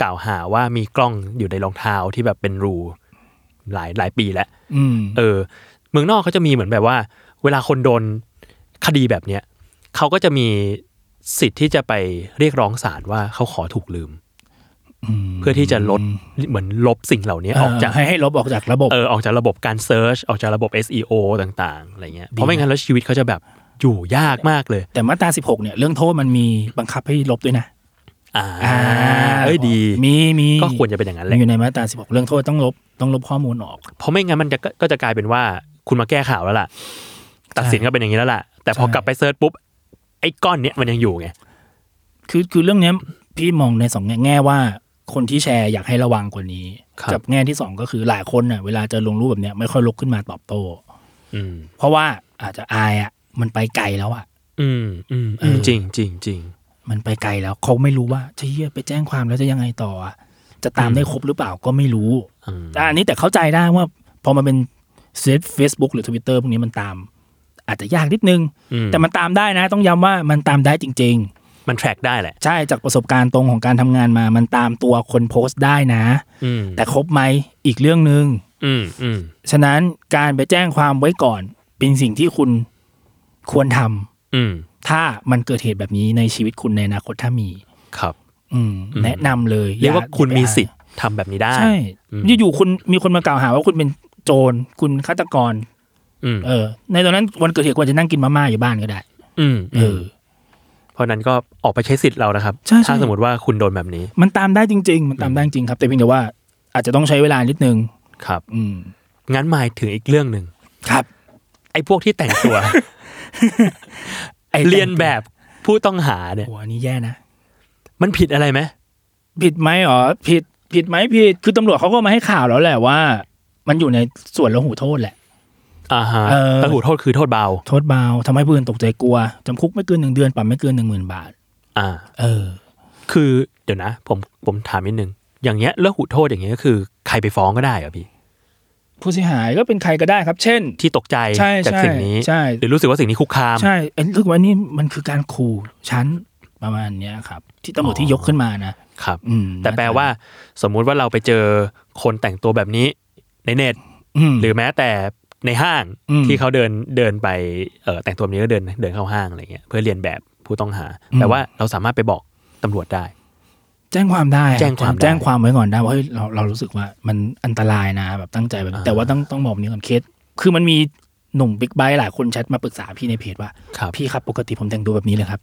Speaker 3: กล่าวหาว่ามีกล้องอยู่ในรองเท้าที่แบบเป็นรู หลายหลายปีแล้ว
Speaker 2: อืม
Speaker 3: เออ เมืองนอกเขาจะมีเหมือนแบบว่า เวลาคนโดนคดีแบบเนี้ยเขาก็จะมีสิทธิ์ที่จะไปเรียกร้องศาลว่าเขาขอถูกลืม เพื่อที่จะลดเหมือนลบสิ่งเหล่านี้ออกจาก
Speaker 2: ให้ให้ลบออกจากระบบ
Speaker 3: เออออกจากระบบการเซิร์ชออกจากระบบ SEO ต่างๆอะไรเงี้ยเพราะไม่งั้นแล้วชีวิตเขาจะแบบอยู่ยากมากเลย
Speaker 2: แต่มาตราสิบหกเนี่ยเรื่องโทษมันมีบังคับให้ลบด้วยนะ
Speaker 3: อ่า
Speaker 2: อ่า
Speaker 3: เอ้ยดี
Speaker 2: มีมี
Speaker 3: ก็ควรจะเป็นอย่างนั้นแห
Speaker 2: มั
Speaker 3: ละ
Speaker 2: นอยู่ในมาตราสิบหกเรื่องโทษต้องลบต้องลบข้อมูลออก
Speaker 3: เพราะไม่งั้นมันจะก็ก็จะกลายเป็นว่าคุณมาแก้ข่าวแล้วล่ะ ตัดสินก็เป็นอย่างนี้แล้วล่ะ แต่พอ
Speaker 2: ใช่
Speaker 3: กลับไปเซิร์ชปุ๊บ ไอ้ก้อนเนี้ยมันยังอยู่ไง
Speaker 2: คือคือเรื่องเนี้ยพี่มองในสองแง่แง่ว่า คนที่แชร์อยากให้ระวังกว่านี้
Speaker 3: ครับ
Speaker 2: กัแง่ที่สองก็คือหลายคนน่ะเวลาเจอลงรูปแบบเนี้ยไม่ค่อยลุกขึ้นมาตอบโต้
Speaker 3: อืม
Speaker 2: เพราะว่าอาจจะอายอ่ะมันไปไกลแล้วอ่ะ
Speaker 3: อืมอืม
Speaker 2: เออ
Speaker 3: จริงจริงจริง
Speaker 2: มันไปไกลแล้วเขาไม่รู้ว่าเชี่ยไปแจ้งความแล้วจะยังไงต่ออะจะตามได้ครบหรือเปล่าก็ไม่รู้
Speaker 3: อืม
Speaker 2: แต่อันนี้แต่เข้าใจได้ว่าพอมันเป็นเซตเฟซบุ๊กหรือทวิตเตอร์พวกนี้มันตาม อาจจะยากนิดนึง
Speaker 3: อืม
Speaker 2: แต่มันตามได้นะ ต้องย้ำว่ามันตามได้จริง
Speaker 3: มันแทร็กได้แหละ
Speaker 2: ๆ ใช่จากประสบการณ์ตรงของการทำงานมา มันตามตัวคนโพสต์ได้นะ
Speaker 3: อืม
Speaker 2: แต่ครบไหมอีกเรื่องหนึง่ง
Speaker 3: อืมอืม
Speaker 2: ฉะนั้นการไปแจ้งความไว้ก่อน เป็นสิ่งที่คุณควรทำ
Speaker 3: อืม
Speaker 2: ถ้ามันเกิดเหตุแบบนี้ในชีวิตคุณในอนาคตถ้ามี
Speaker 3: ครับ
Speaker 2: อืม
Speaker 3: อืม
Speaker 2: แนะนำเลย
Speaker 3: เรียกว่า
Speaker 2: อ
Speaker 3: คุณมีสิท
Speaker 2: ธิ์
Speaker 3: ธิ์ทำแบบนี้ได้
Speaker 2: ใช่
Speaker 3: อืม
Speaker 2: อยู่ๆคุณมีคนมากล่าวหาว่าคุณเป็น โจรคุณฆาตกร
Speaker 3: อืม
Speaker 2: เออ ในตอนนั้นวันเกิดเหตุควรจะนั่งกินมาม่าอยู่บ้านก็ได้
Speaker 3: อืม
Speaker 2: เออ
Speaker 3: เพราะนั้นก็ออกไปใช้สิทธิ์เรานะครับ
Speaker 2: ใช่ใช่
Speaker 3: ถ้าสมมติว่าคุณโดนแบบนี้
Speaker 2: มันตามได้จริง ๆ มันตามได้จริงครับ แต่เพียงแต่ว่าอาจจะต้องใช้เวลานิดนึง
Speaker 3: ครับ
Speaker 2: อืม
Speaker 3: งั้นหมายถึงอีกเรื่องหนึ่ง
Speaker 2: ครับ
Speaker 3: ไอ้พวกที่แต่งตัว
Speaker 2: ไอ้
Speaker 3: เรียนแบบผู้ต้องหาเนี่ย
Speaker 2: โอ้อันนี้แย่นะ
Speaker 3: มันผิดอะไรไหม
Speaker 2: ผิดไหมอ๋อผิดผิดไหมผิดคือตำรวจเขาก็มาให้ข่าวแล้วแหละว่า มันอยู่ในส่วนละหูโทษแหละ
Speaker 3: อ่าฮะ
Speaker 2: เออ
Speaker 3: แต่หูโทษคือโทษเบา
Speaker 2: โทษเบาทำให้ผู้อื่นตกใจกลัวจำคุกไม่เกินหนึ่งเดือนปรับไม่เกินหนึ่งหมื่นบาท
Speaker 3: อ่า
Speaker 2: เออ
Speaker 3: คือเดี๋ยวนะ ผมผมถามนิดนึง อย่างเงี้ยแล้วหูโทษอย่างเงี้ยก็คือใครไปฟ้องก็ได้เหรอพี่
Speaker 2: ผู้เสียหายก็เป็นใครก็ได้ครับ เช่น
Speaker 3: ที่ตกใจ
Speaker 2: ใช่
Speaker 3: จาก
Speaker 2: ใช่
Speaker 3: สิ่งนี้
Speaker 2: ใช่
Speaker 3: หรือรู้สึกว่าสิ่งนี้คุกคาม
Speaker 2: ใช่เอ้ยรู้สึกว่านี่มันคือการขู่ชั้นประมาณเนี้ยครับ ที่ตำรวจที่ยกขึ้นมานะครับ อืม
Speaker 3: แต่แปลว่า สมมุติว่าเราไปเจอคนแต่งตัวแบบนี้ในเน็ต
Speaker 2: อืม
Speaker 3: หรือแม้แต่ในห้าง
Speaker 2: อืม
Speaker 3: ที่เขาเดินเดินไปเออแต่งตัวแบบนี้ก็เดินเดินเข้าห้างอะไรเงี้ยเพื่อเรียนแบบผู้ต้องหา
Speaker 2: อืม
Speaker 3: แต่ว่าเราสามารถไปบอกตำรวจได้
Speaker 2: แจ้งความได้
Speaker 3: แจ้งความได้
Speaker 2: แจ้งความไว้ก่อนได้ว่าเฮ้ยเราเรารู้สึกว่ามันอันตรายนะแบบตั้งใจแบบนี้
Speaker 3: อ่า
Speaker 2: แต่ว่าต้องต้องบอกแบบนี้ก่อนเคสคือมันมีหนุ่มบิ๊กไบค์หลายคนแชทมาปรึกษาพี่ในเพจว่า
Speaker 3: ครับ
Speaker 2: พี่ครับปกติผมแต่งตัวแบบนี้เลยครับ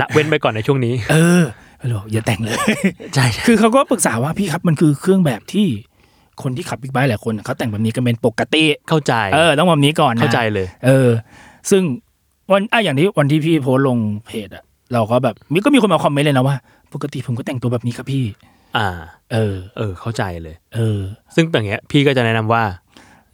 Speaker 3: ละเว้นไปก่อนในช่วงนี้
Speaker 2: เออฮัลโหลอย่าแต่งเลย
Speaker 3: ใช่
Speaker 2: คือเขาก็ปรึกษาว่าพี่ครับมันคือเครื่องแบบที่คนที่ขับบิ๊กไบค์หลายคนน่ะเขาแต่งแบบนี้กันเป็นปกติ
Speaker 3: เข้าใจ
Speaker 2: เออต้องแบบนี้ก่อนนะ
Speaker 3: เข้าใจเลย
Speaker 2: เออ ซึ่งวันอ่ะอย่างที่วันที่พี่โพสต์ลงเพจอะเราก็แบบมีก็มีคนมาคอมเมนต์เลยนะว่า ปกติผมก็แต่งตัวแบบนี้ครับพี่
Speaker 3: อ่า
Speaker 2: เออ
Speaker 3: เออ เข้าใจเลย
Speaker 2: เออ
Speaker 3: ซึ่งอย่างเงี้ยพี่ก็จะแนะนำว่า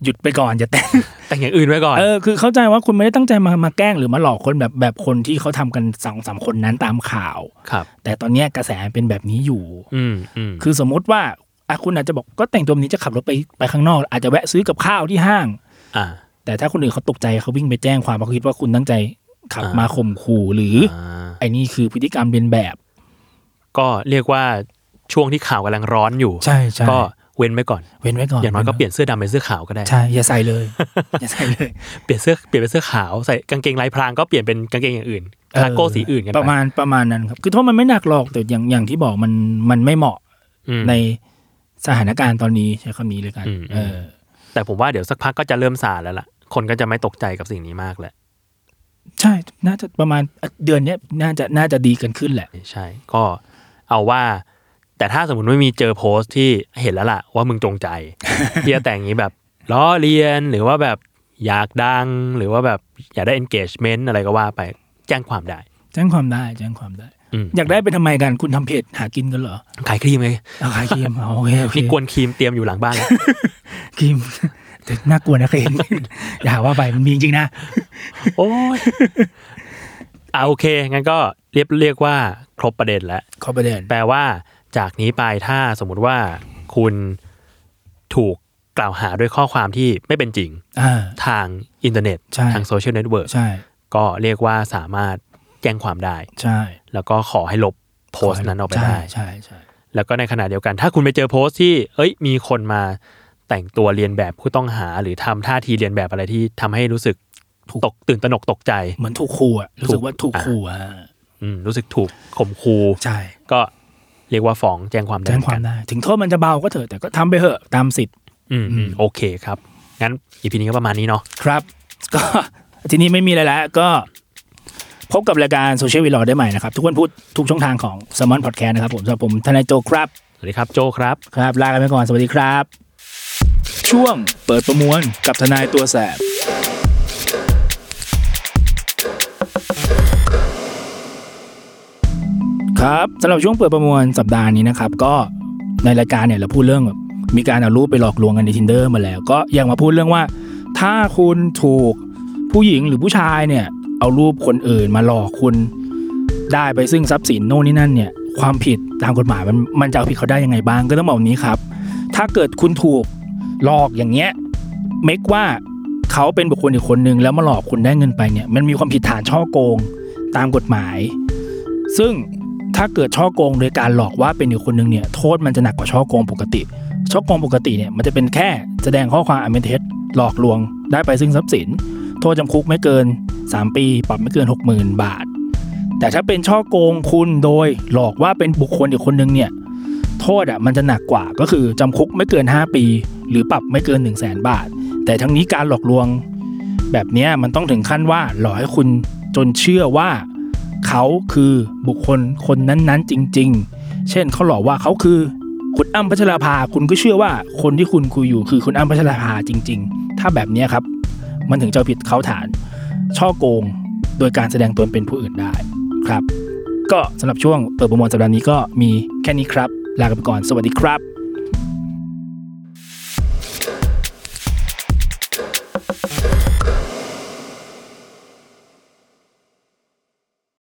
Speaker 2: หยุดไปก่อนอย่า แต่ง
Speaker 3: แต่งอย่างอื่นไว้ก่อน
Speaker 2: เออคือเข้าใจว่าคุณไม่ได้ตั้งใจมามาแกล้งหรือมาหลอกคนแบบแบบคนที่เขาทำกันสองสามคนนั้นตามข่าว
Speaker 3: ครับ
Speaker 2: แต่ตอนเนี้ยกระแสมันเป็นแบบนี้อยู่
Speaker 3: อืมอืม
Speaker 2: คือสมมติว่าอ่ะคุณอาจจะบอกก็แต่งตัวแบบนี้จะขับรถไปไปข้างนอก อาจจะแวะซื้อกับข้าวที่ห้าง
Speaker 3: อ่า
Speaker 2: แต่ถ้าคนอื่นเขาตกใจเขาวิ่งไปแจ้งความเพราะเขาคิดว่าคุณตั้งใจขับ
Speaker 3: อ่าม
Speaker 2: มาข่มขู่หรือ
Speaker 3: อ่า
Speaker 2: ไอ้นี่คือพฤติกรรมเลียนแบบ
Speaker 3: ก็เรียกว่าช่วงที่ข่าวกำลังร้อนอยู่
Speaker 2: ใช่ใช่
Speaker 3: ก็เว้นไว้ก่อน
Speaker 2: เว้นไว้ก่อน
Speaker 3: อย่างน้อยก็เปลี่ยนเสื้อดำเป็นเสื้อขาวก็ได้
Speaker 2: ใช่ อย่าใส่ เลย อย่าใส่เลย
Speaker 3: เปลี่ยนเสื้อเปลี่ยนเป็นเสื้อขาวใส่กางเกงลายพรางก็เปลี่ยนเป็นกางเกงอย่างอื่นคาโก้สีอื่นกันไ
Speaker 2: ประมาณประมาณนั้นครับ คือโทษมันไม่หนักหรอกแต่อย่างอย่างที่บอกมันมันไม่เหมาะ
Speaker 3: อืม
Speaker 2: ในสถานการณ์ตอนนี้ใช้คำนี้เลยกัน
Speaker 3: อืม
Speaker 2: เออ
Speaker 3: แต่ผมว่าเดี๋ยวสักพักก็จะเริ่มซาแล้วล่ะ คนก็จะไม่ตกใจกับสิ่งนี้มากแหละ
Speaker 2: ใช่ น่าจะประมาณเดือนเนี้ยน่าจะน่าจะดีกันขึ้นแหละ
Speaker 3: ใช่ ก็เอาว่า แต่ถ้าสมมติไม่มีเจอโพสต์ที่เห็นแล้วล่ะ ว่ามึงจ งใจ ที่จะแต่งอย่างนี้แบบล้อเลียนหรือว่าแบบอยากดังหรือว่าแบบอยากได้ engagement อะไรก็ว่าไปแจ้งความได้
Speaker 2: แจ้งความได้แจ้งความได้
Speaker 3: อืม
Speaker 2: อยากได้ไปทำไมกันคุณทำเพจหากินกันเหรอ
Speaker 3: ขายครีมไง
Speaker 2: เอาขายครีมเอาโอเคโอเค
Speaker 3: นี่กวนครีมเตรียมอยู่หลังบ้านแล้ว
Speaker 2: ครีม แต่น่ากลัวนะเคยเห็น อย่าหาว่าไปมันมีจริงๆนะ
Speaker 3: โอ้ยอ่ะโอเค งั้นก็เรียบเรียกว่าครบประเด็นแล้ว
Speaker 2: ขอประเด็น
Speaker 3: แปลว่าจากนี้ไปถ้าสมมุติว่าคุณถูกกล่าวหาด้วยข้อความที่ไม่เป็นจริง
Speaker 2: อ่า
Speaker 3: ทางอินเทอร์เน็ต
Speaker 2: ใช่
Speaker 3: ทางโซเชียลเน็ตเวิร์ก
Speaker 2: ใช่
Speaker 3: ก็เรียกว่าสามารถแจ้งความได้
Speaker 2: ใช่
Speaker 3: แล้วก็ขอให้ลบโพสต์นั้นออกไปได้
Speaker 2: ใช่ใช่
Speaker 3: แล้วก็ในขณะเดียวกัน ถ้าคุณไปเจอโพสต์ที่ เอ้ย มีคนมาแต่งตัวเรียนแบบผู้ต้องหา หรือทำท่าทีเรียนแบบอะไรที่ทำให้รู้สึกตกตื่นตระหนกตกใจ
Speaker 2: เหมือนถูกขู่อะรู้สึกว่าถูกขู่อะ
Speaker 3: อืมรู้สึกถูกข่มคู
Speaker 2: ใช่
Speaker 3: ก็เรียกว่าฟ้องแจ้งความได้
Speaker 2: แจ้งความ
Speaker 3: เหอนกัน
Speaker 2: ได้ ถึงโทษมันจะเบาก็เถอะแต่ก็ทำไปเถอะตามสิทธิ์
Speaker 3: อืมอืมโอเคครับ งั้นอีพีนี้ก็ประมาณนี้เนาะ
Speaker 2: ครับ ก็ ทีนี้ไม่มีอะไรแล้วก็พบกับรายการโซเชียลวีลอได้ใหม่นะครับ ทุกวันพุธทุกช่องทางของ s ซ m o n Podcast นะครับผมสำหรับผมทนายโจครับ
Speaker 3: สวัสดีครับโจครับ
Speaker 2: ครับ ลากันไปก่อน สวัสดีครับ ช่วงเปิดประมวลกับทนายตัวแสบครับสำหรับช่วงเปิดประมวลสัปดาห์นี้นะครับ ก็ในรายการเนี่ยเราพูดเรื่องแบบมีการเอารูปไปหลอกลวงกันใน tinder มาแล้ว ก็ยังมาพูดเรื่องว่า ถ้าคุณถูกผู้หญิงหรือผู้ชายเนี่ย เอารูปคนอื่นมาหลอกคุณได้ไปซึ่งทรัพย์สินโน่นนี่นั่นเนี่ย ความผิดตามกฎหมายมันมันจะเอาผิดเขาได้ยังไงบ้างก็ต้องบอกแบบนี้ครับ ถ้าเกิดคุณถูกหลอกอย่างเงี้ยเมกว่าเขาเป็นบุคคลอีกคนนึงแล้วมาหลอกคุณได้เงินไปเนี่ย มันมีความผิดฐานช่อโกงตามกฎหมาย ซึ่งถ้าเกิดช่อโกงโดยการหลอกว่าเป็นอีกคนนึงเนี่ยโทษมันจะหนักกว่าช่อโกงปกติ ช่อโกงปกติเนี่ยมันจะเป็นแค่แสดงข้อความอันเป็นเท็จหลอกลวงได้ไปซึ่งทรัพย์สิน โทษจำคุกไม่เกิน 3 ปี ปรับไม่เกิน 60,000 บาท แต่ถ้าเป็นช่อโกงคุณโดยหลอกว่าเป็นบุคคลอีกคนนึงเนี่ย โทษอ่ะมันจะหนักกว่าก็คือจำคุกไม่เกิน 5 ปี หรือปรับไม่เกิน 1 0 0 0 0แบาท แต่ทั้งนี้การหลอกลวง แบบเนี้ยมันต้องถึงขั้นว่าหลอกให้คุณจนเชื่อว่า เขาคือบุคคลคนนั้นๆ จริง ๆ เช่นเขาหลอกว่าเขาคือคุณอ้ำพัชราภาคุณก็เชื่อว่าคนที่คุณคุยอยู่คือคุณอ้ำพัชราภาจริง ๆ ถ้าแบบเนี้ยครับ มันถึงจะเอาผิดเขาฐานช่อโกงโดยการแสดงตนเป็นผู้อื่นได้ครับ ก็สำหรับช่วงเปิดประมวลสัปดาห์นี้ก็มีแค่นี้ครับ ลากันไปก่อนสวัสดีครับ